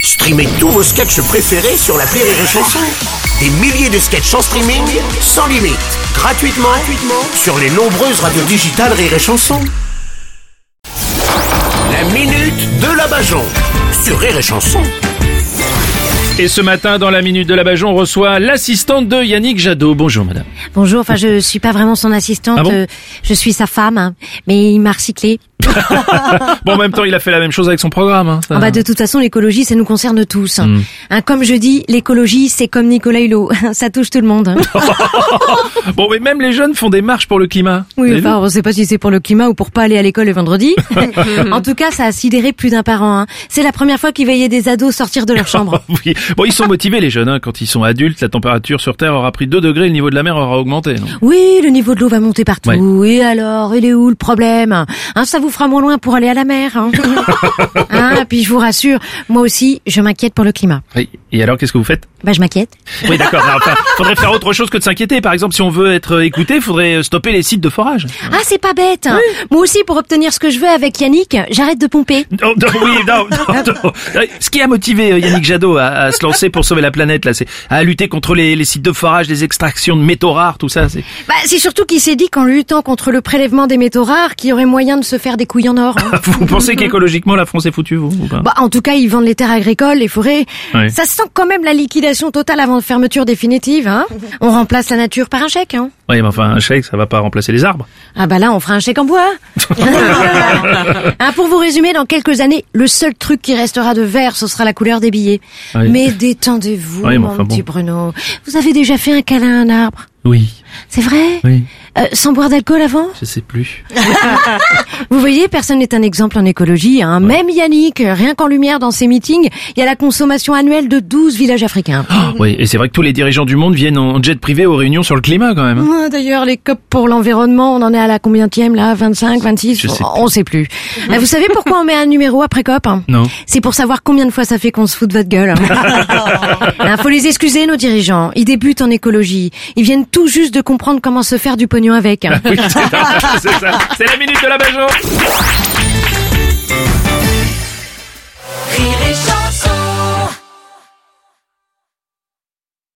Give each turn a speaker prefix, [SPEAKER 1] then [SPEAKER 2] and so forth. [SPEAKER 1] Streamez tous vos sketchs préférés sur la Rire et Chanson. Des milliers de sketchs en streaming, sans limite, gratuitement, gratuitement sur les nombreuses radios digitales Rire et Chanson. La minute de la Bajon sur Rire et Chanson.
[SPEAKER 2] Et ce matin, dans la Minute de la Bajon, on reçoit l'assistante de Yannick Jadot. Bonjour madame.
[SPEAKER 3] Bonjour, enfin je suis pas vraiment son assistante,
[SPEAKER 2] Ah bon
[SPEAKER 3] euh, je suis sa femme, hein, mais il m'a recyclé.
[SPEAKER 2] Bon, en même temps, il a fait la même chose avec son programme. Hein, ça.
[SPEAKER 3] Ah bah, de toute façon, l'écologie, ça nous concerne tous.
[SPEAKER 2] Hmm.
[SPEAKER 3] Hein, comme je dis, l'écologie, c'est comme Nicolas Hulot, ça touche tout le monde. hein.
[SPEAKER 2] Ah, Bon, mais même les jeunes font des marches pour le climat.
[SPEAKER 3] Oui,
[SPEAKER 2] Avez-vous
[SPEAKER 3] enfin, on sait pas si c'est pour le climat ou pour pas aller à l'école le vendredi. en tout cas, ça a sidéré plus d'un parent. hein. C'est la première fois qu'il voyait des ados sortir de leur chambre.
[SPEAKER 2] Oui. Bon, ils sont motivés les jeunes. hein. Quand ils sont adultes, la température sur Terre aura pris 2 degrés, le niveau de la mer aura augmenté. non
[SPEAKER 3] Oui, le niveau de l'eau va monter partout. Et alors, il est où le problème hein, Ça vous fera moins loin pour aller à la mer. Hein. Hein, puis je vous rassure, moi aussi, je m'inquiète pour le climat.
[SPEAKER 2] Oui. Et alors, qu'est-ce que vous faites
[SPEAKER 3] Bah, je m'inquiète.
[SPEAKER 2] Oui, d'accord. mais Enfin, faudrait faire autre chose que de s'inquiéter. Par exemple, si on veut être écouté, faudrait stopper les sites de forage.
[SPEAKER 3] Ah, c'est pas bête. hein. Moi aussi, pour obtenir ce que je veux avec Yannick, j'arrête de pomper.
[SPEAKER 2] Oh, Non, non, oui, non, non, non. Ce qui a motivé euh, Yannick Jadot à, à se lancer pour sauver la planète, là, c'est à lutter contre les, les sites de forage, les extractions de métaux rares, tout ça. C'est...
[SPEAKER 3] Bah, c'est surtout qu'il s'est dit qu'en luttant contre le prélèvement des métaux rares, qu'il y aurait moyen de se faire des couilles en or. hein.
[SPEAKER 2] Vous pensez qu'écologiquement la France est foutue, vous ou pas
[SPEAKER 3] Bah, en tout cas, ils vendent les terres agricoles, les forêts.
[SPEAKER 2] Ouais.
[SPEAKER 3] Ça sent quand même la liquidation totale avant la fermeture définitive. Hein. On remplace la nature par un chèque. Hein.
[SPEAKER 2] Oui, mais enfin, un chèque, ça va pas remplacer les arbres.
[SPEAKER 3] Ah bah là, on fera un chèque en bois. Hein, pour vous résumer, dans quelques années, le seul truc qui restera de vert, ce sera la couleur des billets.
[SPEAKER 2] Oui.
[SPEAKER 3] Mais détendez-vous,
[SPEAKER 2] Oui, mais
[SPEAKER 3] mon
[SPEAKER 2] enfin
[SPEAKER 3] petit
[SPEAKER 2] bon.
[SPEAKER 3] Bruno. Vous avez déjà fait un câlin à un arbre
[SPEAKER 2] Oui,
[SPEAKER 3] C'est vrai
[SPEAKER 2] oui,
[SPEAKER 3] Euh, sans boire d'alcool avant
[SPEAKER 2] je sais plus.
[SPEAKER 3] Vous voyez, personne n'est un exemple en écologie. Hein. Même Yannick, rien qu'en lumière dans ses meetings, il y a la consommation annuelle de 12 villages africains.
[SPEAKER 2] Ah, oui, et c'est vrai que tous les dirigeants du monde viennent en jet privé aux réunions sur le climat, quand même. hein.
[SPEAKER 3] Ouais, D'ailleurs, les COP pour l'environnement, on en est à la combientième là 25, 26
[SPEAKER 2] Je sais plus. Mhm.
[SPEAKER 3] On sait plus. Euh, Vous savez pourquoi on met un numéro après COP hein
[SPEAKER 2] Non.
[SPEAKER 3] C'est pour savoir combien de fois ça fait qu'on se fout de votre gueule. Il faut les excuser, nos dirigeants. Ils débutent en écologie. Ils viennent tout juste de comprendre comment se faire du pognon avec. hein.
[SPEAKER 2] Oui, c'est ça, c'est ça. C'est la minute de la Bajon.